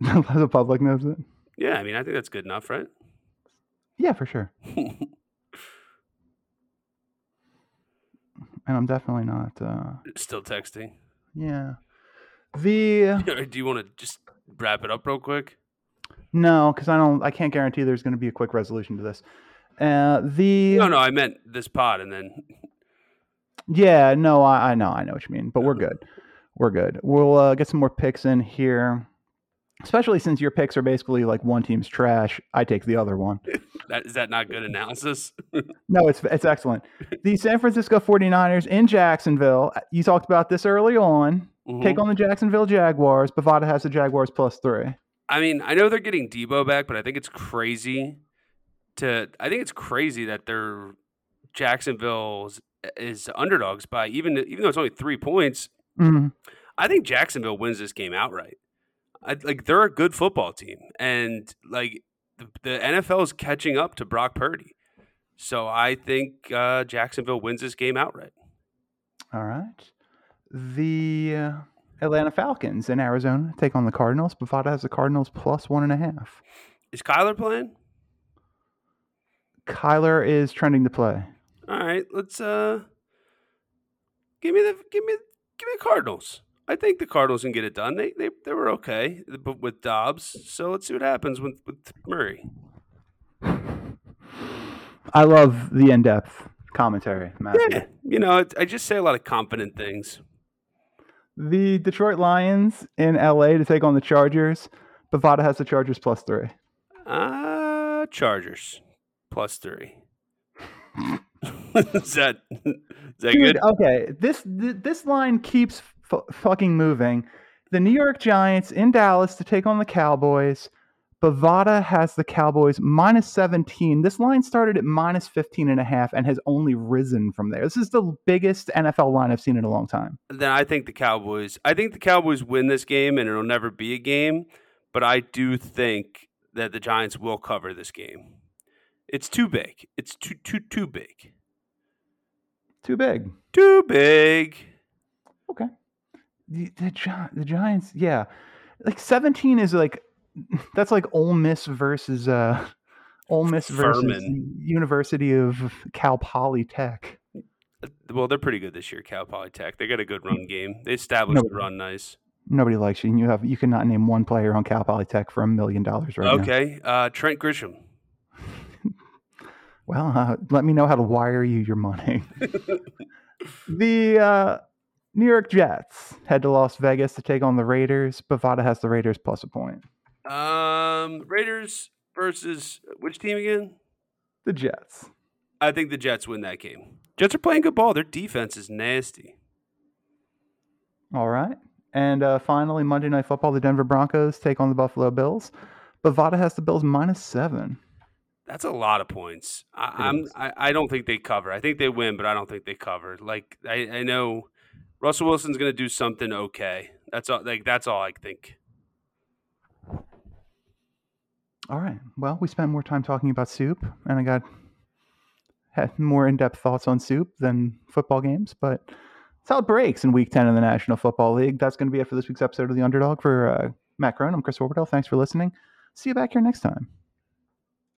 Speaker 1: the public knows it.
Speaker 2: Yeah, I mean I think that's good enough, right?
Speaker 1: Yeah, for sure. And I'm definitely not. Uh,
Speaker 2: Still texting.
Speaker 1: yeah. The
Speaker 2: Do you want to just wrap it up real quick?
Speaker 1: no, because I don't. I can't guarantee there's going to be a quick resolution to this. Uh, the
Speaker 2: No, no, I meant this pod, and then
Speaker 1: yeah, no, I, I know, I know what you mean, but we're good. We're good. We'll uh, get some more picks in here, especially since your picks are basically like one team's trash. I take the other one.
Speaker 2: that is that not good analysis?
Speaker 1: No, it's it's excellent. The San Francisco 49ers in Jacksonville. uh, You talked about this early on. Take on the Jacksonville Jaguars. Bovada has the Jaguars plus three.
Speaker 2: I mean, I know they're getting Debo back, but I think it's crazy to. I think it's crazy that they're Jacksonville's uh, is underdogs by even even though it's only three points.
Speaker 1: Mhm.
Speaker 2: I think Jacksonville wins this game outright. I, like they're a good football team, and like the, the NFL is catching up to Brock Purdy. So I think uh, Jacksonville wins this game outright.
Speaker 1: All right. The uh, Atlanta Falcons in Arizona take on the Cardinals. Bovada has the Cardinals plus one and a half.
Speaker 2: Is Kyler playing?
Speaker 1: Kyler is trending to play.
Speaker 2: All right, let's uh give me the give me give me the Cardinals. I think the Cardinals can get it done. They they, they were okay but with Dobbs, so let's see what happens with, with Murray.
Speaker 1: I love the in depth commentary, Matthew.
Speaker 2: Yeah, you know, it, I just say a lot of confident things.
Speaker 1: The Detroit Lions in LA to take on the Chargers. Bovada has the Chargers plus three.
Speaker 2: Uh Chargers plus three. is that is that good?
Speaker 1: Dude, okay, this th- this line keeps f- fucking moving. The New York Giants in Dallas to take on the Cowboys. Bovada has the Cowboys minus 17. This line started at minus 15 and a half and has only risen from there. This is the biggest NFL line I've seen in a long time.
Speaker 2: then I think the Cowboys. I think the Cowboys win this game, and it'll never be a game. But I do think that the Giants will cover this game. It's too big. It's too too too big.
Speaker 1: Too big.
Speaker 2: Too big.
Speaker 1: Okay. The, the, Gi- the Giants, yeah. Like 17 is like, that's like Ole Miss versus, uh, Ole Miss versus
Speaker 2: Furman.
Speaker 1: University of Cal Polytech.
Speaker 2: Well, they're pretty good this year. Cal Polytech. They got a good run game. They established the run nice.
Speaker 1: Nobody likes you, and you have you cannot name one player on Cal Polytech for a million dollars right now.
Speaker 2: Okay. Uh, Trent Grisham.
Speaker 1: Well, uh, let me know how to wire you your money. the uh, New York Jets head to Las Vegas to take on the Raiders. Bovada has the Raiders plus a point.
Speaker 2: Um, Raiders versus which team again?
Speaker 1: The Jets.
Speaker 2: I think the Jets win that game. Jets are playing good ball. Their defense is nasty.
Speaker 1: All right. And uh, finally, Monday Night Football, the Denver Broncos take on the Buffalo Bills. Bovada has the Bills minus seven.
Speaker 2: That's a lot of points. I,
Speaker 1: It
Speaker 2: I'm
Speaker 1: is.
Speaker 2: I, I don't think they cover. I think they win, but I don't think they cover. Like I, I know Russell Wilson's gonna do something okay. That's all like that's all I think.
Speaker 1: All right. Well, we spent more time talking about soup, and I got had more in-depth thoughts on soup than football games. But it's how it breaks in Week Ten of the National Football League. That's going to be it for this week's episode of the Underdog. For uh, Matt Crone, I'm Chris Orberdale. Thanks for listening. See you back here next time.